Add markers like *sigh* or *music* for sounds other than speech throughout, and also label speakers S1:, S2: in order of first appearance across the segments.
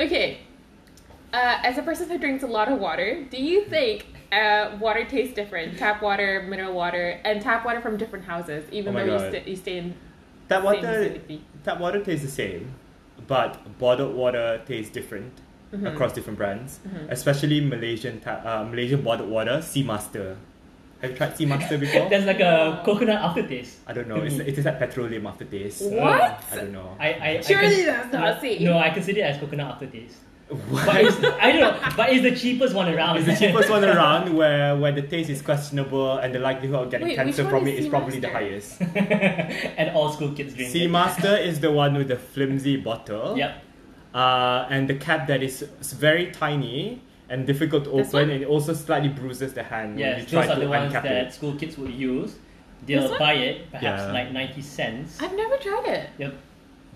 S1: Okay. Uh, as a person who drinks a lot of water, do you think uh, water tastes different? Tap water, mineral water, and tap water from different houses, even
S2: Oh my
S1: though you,
S2: God.
S1: st- you stay in
S2: Tap
S1: same
S2: water,
S1: vicinity.
S2: tap water tastes the same, but bottled water tastes different
S1: Mm-hmm.
S2: across different brands. Especially Malaysian tap, uh, Malaysian bottled water, Seamaster. Have you tried Seamaster
S1: *laughs*
S2: before?
S3: There's like a coconut aftertaste.
S2: I don't know. It's, it is like petroleum aftertaste.
S1: Mm-hmm. What?
S2: I don't know. *laughs*
S3: I, I, I
S1: Surely
S3: cons-
S1: that's not
S3: no,
S1: safe.
S3: No, I consider it as coconut aftertaste. But
S2: Why
S3: it's, I don't know. But it's the cheapest one around.
S2: is the cheapest one around where, where the taste is questionable and the likelihood of getting
S1: Wait, which
S2: cancer
S1: one
S2: from
S1: is
S2: it is probably the
S1: Seamaster?
S2: highest.
S3: *laughs* and all school kids drink it.
S2: Seamaster is the one with the flimsy bottle.
S3: Yep.
S2: uh, and the cap that is s- very tiny and difficult to
S1: This
S2: open,
S1: one?
S2: and it also slightly bruises the hand when you
S3: Yes,
S2: try
S3: those are
S2: to
S3: the ones
S2: uncap
S3: that
S2: it.
S3: school kids would use.
S1: This
S3: They'll
S1: one?
S3: buy it, perhaps
S2: Yeah.
S3: like 90 cents.
S1: I've never tried it.
S3: Yep.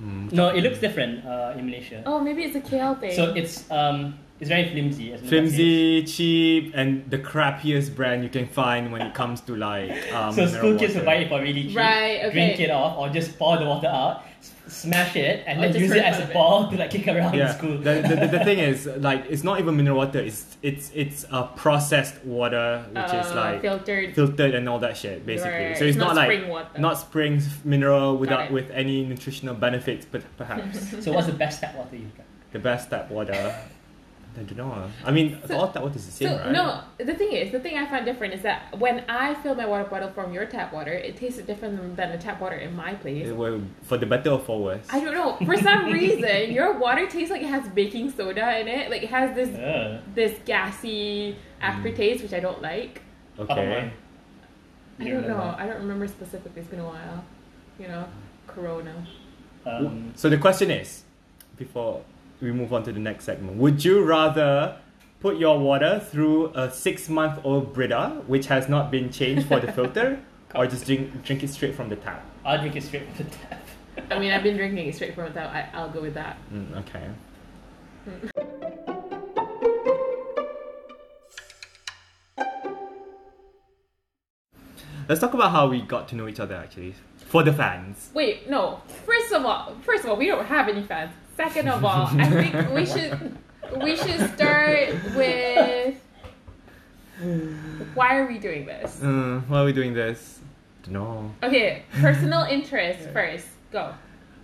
S2: Mm.
S3: No, it looks different uh, in Malaysia.
S1: Oh, maybe it's a KL thing.
S3: So it's um it's very flimsy. As Monica says.
S2: Flimsy, cheap, and the crappiest brand you can find when it comes to like.
S3: *laughs*
S2: Um,
S3: So
S2: mineral
S3: school kids will
S2: water.
S3: buy it for really cheap.
S1: Right, okay.
S3: Drink it off, or just pour the water out, s- smash it, and
S1: Or
S3: then
S1: just
S3: use
S1: for
S3: it
S1: the
S3: as
S1: fun
S3: a
S1: of it.
S3: ball *laughs* to like kick around in
S2: Yeah.
S3: school.
S2: The, the, the, the
S3: *laughs*
S2: thing is, like, it's not even mineral water. It's it's it's uh, processed water, which is
S1: Uh,
S2: like
S1: filtered.
S2: filtered and all that shit, basically.
S1: Right.
S2: So it's
S1: Not
S2: not, like
S1: spring water.
S2: not spring mineral without
S1: it.
S2: with any nutritional benefits, but
S3: *laughs*
S2: perhaps.
S3: So what's the best tap water you've drank?
S2: The best tap water. I don't know. ah. I mean,
S1: So-
S2: all tap water is the same,
S1: So
S2: right?
S1: no, the thing is, the thing I find different is that when I fill my water bottle from your tap water, it tasted different than- than the tap water in my place.
S2: It will- for the better or for worse.
S1: I don't know. For
S2: *laughs*
S1: some reason, your water tastes like it has baking soda in it. Like it has this
S3: Uh,
S1: this gassy aftertaste,
S2: Mm.
S1: which I don't like.
S3: How about
S2: okay.
S3: mine?
S1: I
S3: You
S1: don't know.
S3: remember?
S1: I don't remember specifically. It's been a while. You know, Corona.
S3: Um,
S2: so the question is, before we move on to the next segment, would you rather put your water through a six-month-old Brita, which has not been changed for the filter, or just drink drink it straight from the tap?
S3: I'll drink it straight from the tap.
S1: I mean, I've been drinking it straight from that. I, I'll go with that.
S2: Mm, okay. Let's talk about how we got to know each other actually. For the fans.
S1: Wait, no. First of all, first of all, we don't have any fans. Second of all, I think
S2: *laughs*
S1: we should we should start with why are we doing this?
S2: Mm, why are we doing this? No.
S1: Okay, personal interest first. Go.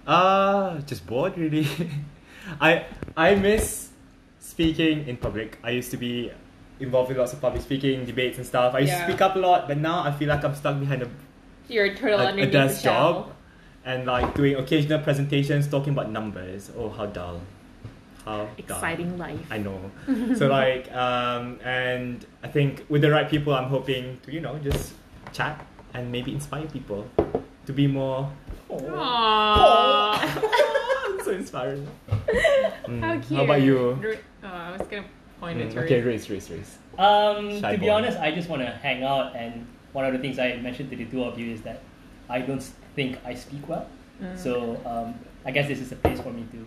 S2: Uh just bored really. *laughs* I I miss speaking in public. I used to be involved in lots of public speaking, debates and stuff. I used
S1: Yeah.
S2: to speak up a lot, but now I feel like I'm stuck behind a
S1: Your turtle
S2: like,
S1: underneath
S2: a desk
S1: the shell.
S2: job and like doing occasional presentations talking about numbers. Oh, how dull. How dull.
S1: Exciting life. *laughs*
S2: I know. so like, um, and I think with the right people, I'm hoping to you know just chat and maybe inspire people to be more. *laughs*
S3: Oh.
S1: Aww.
S2: so inspiring.
S1: *laughs*
S2: Mm,
S1: How cute.
S2: How about you?
S1: Dr- Oh, I was gonna point at
S2: Mm,
S1: your
S2: okay, race, race, race.
S3: Um,
S2: Shy
S3: to be
S2: boy.
S3: honest, I just want to hang out, and one of the things I mentioned to the two of you is that I don't think I speak well.
S1: Mm.
S3: So um, I guess this is a place for me to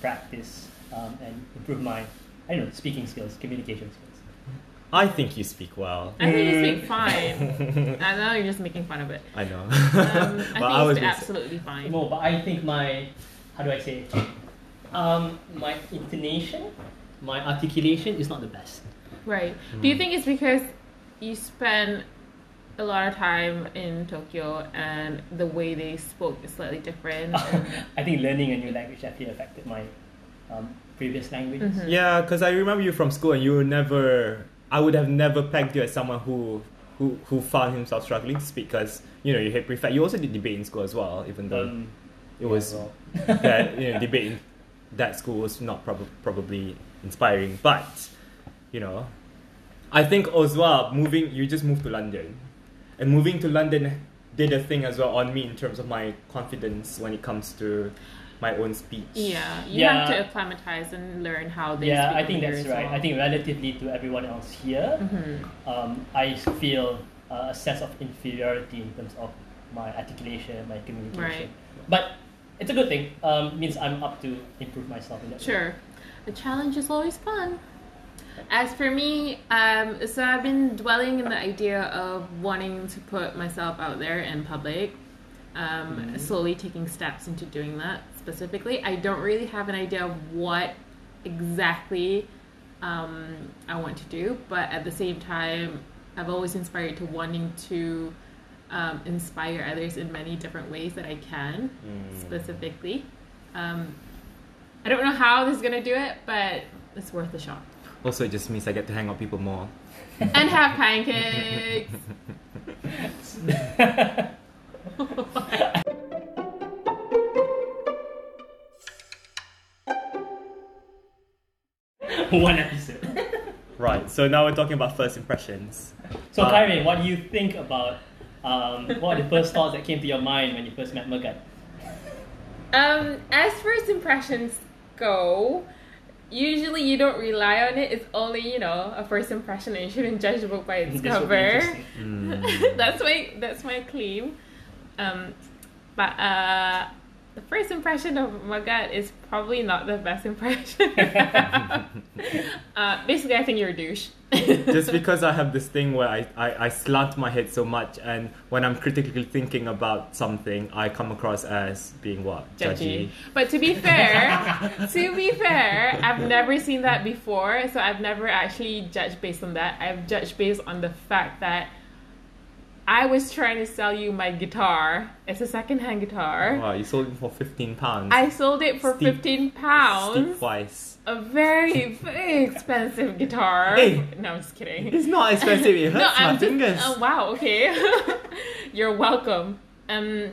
S3: practice um, and improve my, I don't know, speaking skills, communication skills.
S2: I think you speak well.
S1: I think you speak fine. and now you're just making fun of it.
S2: I *laughs* know.
S1: Um, I think you speak
S2: being-
S1: absolutely fine.
S3: No, but I think my how do I say it? Um, my intonation, my articulation is not the best.
S1: Right.
S2: mm.
S1: Do you think it's because you spend a lot of time in Tokyo and the way they spoke is slightly different?
S3: I think learning a new language definitely affected my um, previous
S1: Mm-hmm.
S3: languages.
S2: Yeah, because I remember you from school, and you were never. I would have never pegged you as someone who who who found himself struggling to speak because you know you hate prefect. You also did debate in school as well, even though
S3: Um,
S2: it was
S3: well.
S2: *laughs* that you know debate in that school was not prob- probably inspiring. But you know, I think as well moving you just moved to London, and moving to London did a thing as well on me in terms of my confidence when it comes to my own speech.
S1: yeah. You
S3: Yeah.
S1: have to acclimatize and learn how they
S3: yeah,
S1: speak.
S3: I think
S1: over
S3: that's
S1: here as
S3: right.
S1: well. Mm-hmm.
S3: I think relatively to everyone else here, um, I feel uh, a sense of inferiority in terms of my articulation, my communication.
S1: Right.
S3: But it's a good thing. Um, means I'm up to improve myself in
S1: *laughs*
S3: that. way.
S1: Sure. A challenge is always fun. As for me, um, so I've been dwelling in the idea of wanting to put myself out there in public, um, slowly taking steps into doing that specifically. I don't really have an idea of what exactly um, I want to do, but at the same time, I've always inspired to wanting to um, inspire others in many different ways that I can
S2: Mm.
S1: specifically. Um, I don't know how this is gonna do it, but it's worth a shot.
S2: Also, it just means I get to hang out with people more.
S1: And have pancakes.
S3: *laughs* One episode.
S2: Right. So now we're talking about
S1: *laughs*
S2: first impressions.
S3: So,
S2: Uh,
S3: Kyrie, what do you think about um, what are the first thoughts that came to your mind when you first met Megat?
S1: Um, as first impressions go, usually you don't rely on it. It's only you know a first impression, and you shouldn't judge a book by its
S3: *laughs* This would be
S1: cover. *laughs*
S3: interesting.
S2: Mm.
S1: that's my that's my claim. Um, but uh, the first impression of Magat is probably not the best impression. *laughs* uh, basically, I think you're a douche. *laughs*
S2: just because I have this thing where I, I, I slant my head so much, and when I'm critically thinking about something, I come across as being what?
S1: judgy. But to be fair, *laughs* to be fair, I've never seen that before, so I've never actually judged based on that. I've judged based on the fact that I was trying to sell you my guitar. It's a secondhand guitar.
S2: Oh, Wow, you sold it for 15 pounds.
S1: I sold it for
S2: Steep.
S1: fifteen
S2: Steep
S1: pounds.
S2: twice.
S1: A very, very expensive guitar.
S2: Hey.
S1: No, I'm just
S2: *laughs*
S1: kidding.
S2: It's not
S1: *laughs*
S2: expensive, it hurts
S1: no,
S2: my
S1: I'm just,
S2: fingers.
S1: Oh wow, okay. *laughs* You're welcome. Um,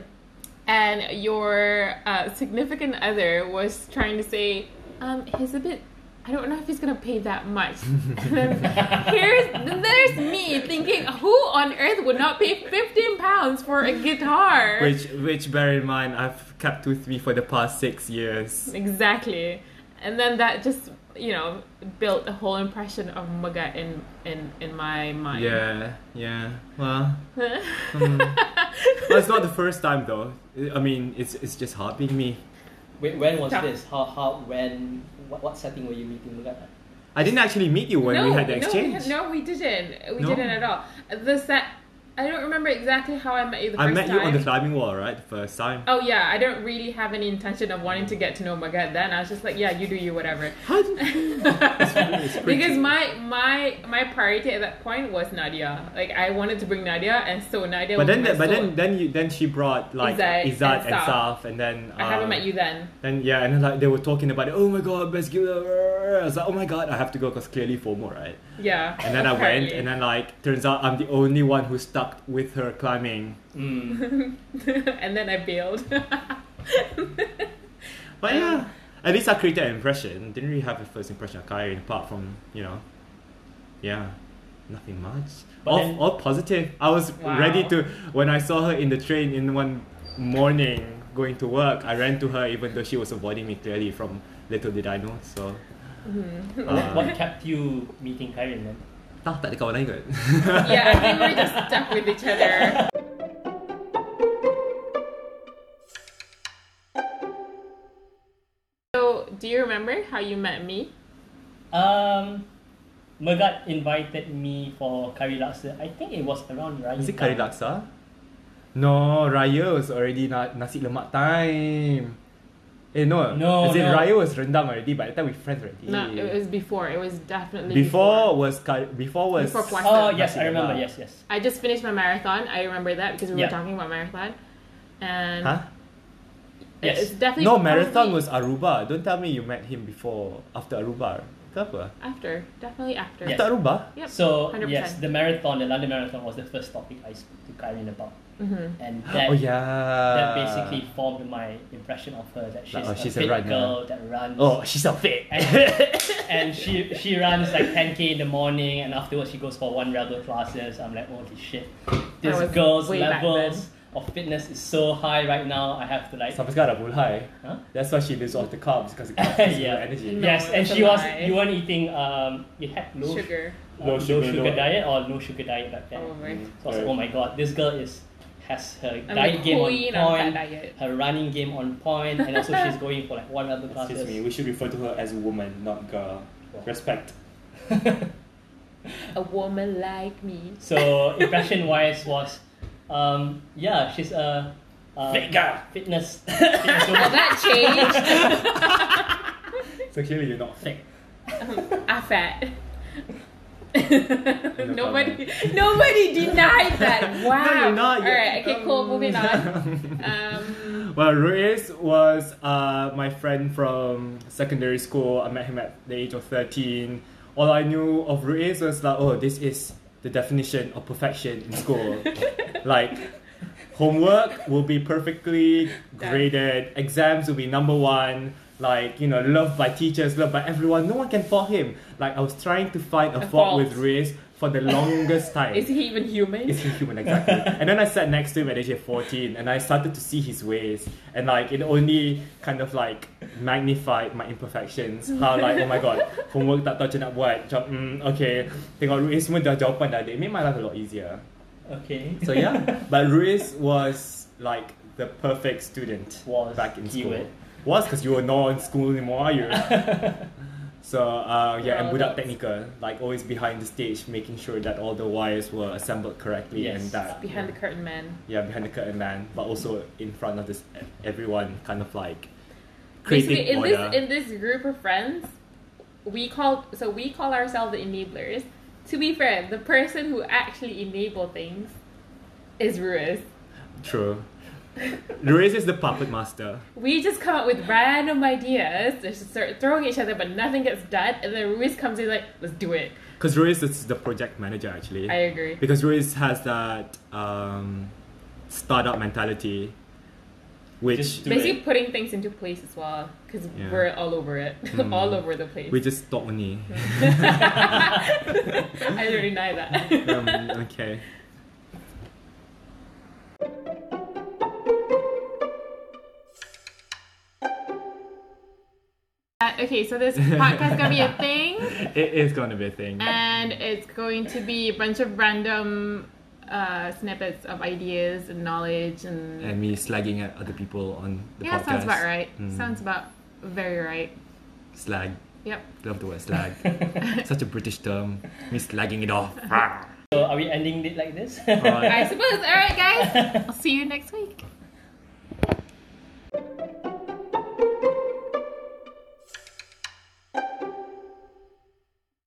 S1: and your uh, significant other was trying to say, um, he's a bit. I don't know if he's gonna pay that much. *laughs* And then here's then there's me thinking, who on earth would not pay fifteen pounds for a guitar?
S2: Which, which bear in mind, I've kept with me for the past six years.
S1: Exactly. And then that just, you know, built a whole impression of Muga in in in my mind.
S2: Yeah, yeah.
S1: *laughs*
S2: Well, hmm. well, it's not the first time though. I mean, it's it's just hard being me.
S3: Wait, when was
S1: Yeah.
S3: this? How, how, when, what, what setting were you meeting Megat?
S2: I didn't actually meet you when
S1: no,
S2: we had the
S1: No, we
S2: exchange.
S1: had- no, we didn't. We
S2: No.
S1: didn't at all. The set I don't remember exactly how I met you the
S2: I
S1: first
S2: met
S1: time.
S2: you on the climbing wall, right? The first
S1: *laughs*
S2: time.
S1: Oh yeah, I don't really have any intention of wanting to get to know Muga then. I was just like, yeah, you do you,
S2: *laughs*
S1: whatever.
S2: How did
S1: *laughs*
S2: it's pretty-
S1: because my my my priority at that point was Nadia. Like I wanted to bring Nadia, and so Nadia.
S2: But
S1: was
S2: then,
S1: my
S2: but
S1: soul.
S2: then, then you, then she brought like
S1: Izzat
S2: Izzat,
S1: and
S2: and
S1: Saf.
S2: Saf, and then
S1: I haven't
S2: um,
S1: met you then.
S2: Then yeah, and then like they were talking about it. Oh my god, best gift ever! I was like, oh my god, I have to go because clearly FOMO, right?
S1: Yeah.
S2: And then I went,
S1: apparently.
S2: and then like turns out I'm the only one who stuck with her climbing.
S1: *laughs*
S3: Mm.
S1: *laughs* and then I bailed. *laughs*
S2: But yeah, at least I created an impression. Didn't really have a first impression of Kyrie apart from you know, yeah, nothing much.
S3: But
S2: all,
S3: then-
S2: all positive. I was
S1: Wow.
S2: ready to when I saw her in the train in one morning going to work. I ran to her even though she was avoiding me clearly. From little did I know. So
S3: What-
S2: uh,
S3: Mm-hmm. *laughs* what kept you meeting Kyrie then?
S2: tak tak ada kawan lain kot. *laughs*
S1: *laughs* yeah, I think we're just stuck with each other. So, do you remember how you met me?
S3: Um, Megat invited me for Kari Laksa. I think it was around Raya.
S2: Is it curry laksa? No, Raya was already na- nasi lemak time. Eh, no.
S3: No,
S2: Is it
S3: no.
S2: Raya was rendang already by the time we friends already?
S1: No, it was before. It was definitely
S2: before was curry, before was
S1: Before kuah.
S3: Oh, yes, I
S2: Nasi
S3: remember.
S2: lemak.
S3: Yes, yes.
S1: I just finished my marathon. I remember that because we were
S3: Yeah.
S1: talking about marathon, and
S2: Huh?
S1: it's
S3: Yes.
S1: definitely
S2: No, marathon
S1: probably
S2: was Aruba. Don't tell me you met him before after Aruba. Ke apa?
S1: after definitely after.
S3: Yes.
S2: After Aruba?
S1: Yep.
S3: So,
S1: 100%.
S3: yes, the marathon, the London Marathon was the first topic I spoke to Kyrie about.
S1: Mhm.
S3: And that,
S2: *gasps* oh yeah.
S3: that basically formed my impression of her that she's,
S2: Like, oh,
S3: a,
S2: she's a
S3: fit
S2: runner.
S3: girl that runs.
S2: Oh, she's a fit.
S3: And, and she she runs like 10k in the morning, and afterwards she goes for one rebel classes. I'm like, holy shit, this
S1: was
S3: girl's
S1: way back
S3: levels of fitness is so high right now. I have to like,
S2: Sampai sekarang dah high.
S3: Huh?
S2: That's why she lives off the carbs because it gives
S3: *laughs* Yeah.
S2: her energy.
S1: No,
S3: yes. And
S1: it's a
S3: she was
S1: lie.
S3: you weren't eating um you had low
S1: sugar.
S3: uh,
S2: Low
S3: low
S2: sugar,
S3: sugar,
S2: low-
S3: diet or no sugar diet back then.
S1: Probably.
S3: So I was like,
S2: Right.
S3: oh my god, this girl is has her
S1: I'm the
S3: diet game
S1: queen
S3: on
S1: of
S3: point,
S1: that diet.
S3: her running game on point, and also she's going for like one rebel classes.
S2: Excuse me, we should refer to her as a woman, not girl. Respect.
S1: A woman like me. *laughs*
S3: So impression wise was, um, yeah, she's a uh,
S2: Fit girl. *laughs*
S3: fitness. fitness
S1: Well,
S3: woman.
S1: that changed.
S2: So clearly you're not
S3: Fake.
S1: *laughs* Affat.
S2: problem.
S1: nobody, *laughs* nobody denied that. Wow.
S2: *laughs* No, you're Oh. not.
S1: All right. Okay. Cool. Moving
S2: *laughs*
S1: on.
S2: on.
S1: Um,
S2: Well, Ruiz was uh, my friend from secondary school. I met him at the age of 13. All I knew of Ruiz was like, oh, this is the definition of perfection in
S1: *laughs*
S2: school. like, homework will be perfectly graded, exams will be number one. Like, you know, loved by teachers, loved by everyone. No one can fault him. Like, I was trying to find a,
S1: A
S2: fault,
S1: fault.
S2: with Ruiz for the
S1: *laughs*
S2: longest time.
S1: is he even human?
S2: It's human, exactly. and then I sat next to him at age of 14 and I started to see his ways. And like, it only kind of like magnified my imperfections. How like, oh my god, homework tak tahu macam nak buat. Macam, mm, okay, tengok Ruiz semua dah jawapan dah ada. It made my life a lot easier.
S3: Okay.
S2: So yeah, but Ruiz was like the perfect student
S3: Was
S2: back in school.
S3: keyword.
S2: Was because you were not in school anymore,
S1: *laughs*
S2: are you? so uh, yeah, and
S1: Well,
S2: Budak
S1: that's-
S2: Technica, like always behind the stage, making sure that all the wires were assembled correctly and
S3: Yes.
S2: that
S1: Behind the curtain, man.
S2: yeah behind the curtain man, but also in front of this everyone kind of like creating
S1: Basically, in
S2: order.
S1: this in this group of friends, we call so we call ourselves the enablers. To be fair, the person who actually enable things is Ruiz.
S2: True. Ruiz is the puppet master.
S1: We just come up with random ideas, just start throwing each other, but nothing gets done. And then Ruiz comes in like, "Let's do it."
S2: Because Ruiz is the project manager actually.
S1: I agree.
S2: because Ruiz has that um, startup mentality, which
S3: Just do
S1: Basically,
S3: it.
S1: putting things into place as well, because
S2: Yeah.
S1: we're all over it, *laughs*
S2: Mm.
S1: all over the place.
S2: we *laughs* just thought only.
S1: *laughs* I don't deny that. *laughs*
S2: um, okay.
S1: Uh, okay, so this podcast gonna
S2: *laughs*
S1: be a thing.
S2: It is going to be a thing.
S1: and it's going to be a bunch of random uh, snippets of ideas and knowledge and,
S2: and me slagging at other people on the
S1: yeah
S2: podcast.
S1: sounds about right
S2: Mm.
S1: sounds about very right
S2: Slag.
S1: yep
S2: Love the word
S1: *laughs*
S2: slag. Such a British term. Me slagging it off.
S3: So are we ending it like this?
S2: Alright. *laughs*
S1: i suppose all right guys i'll see you next week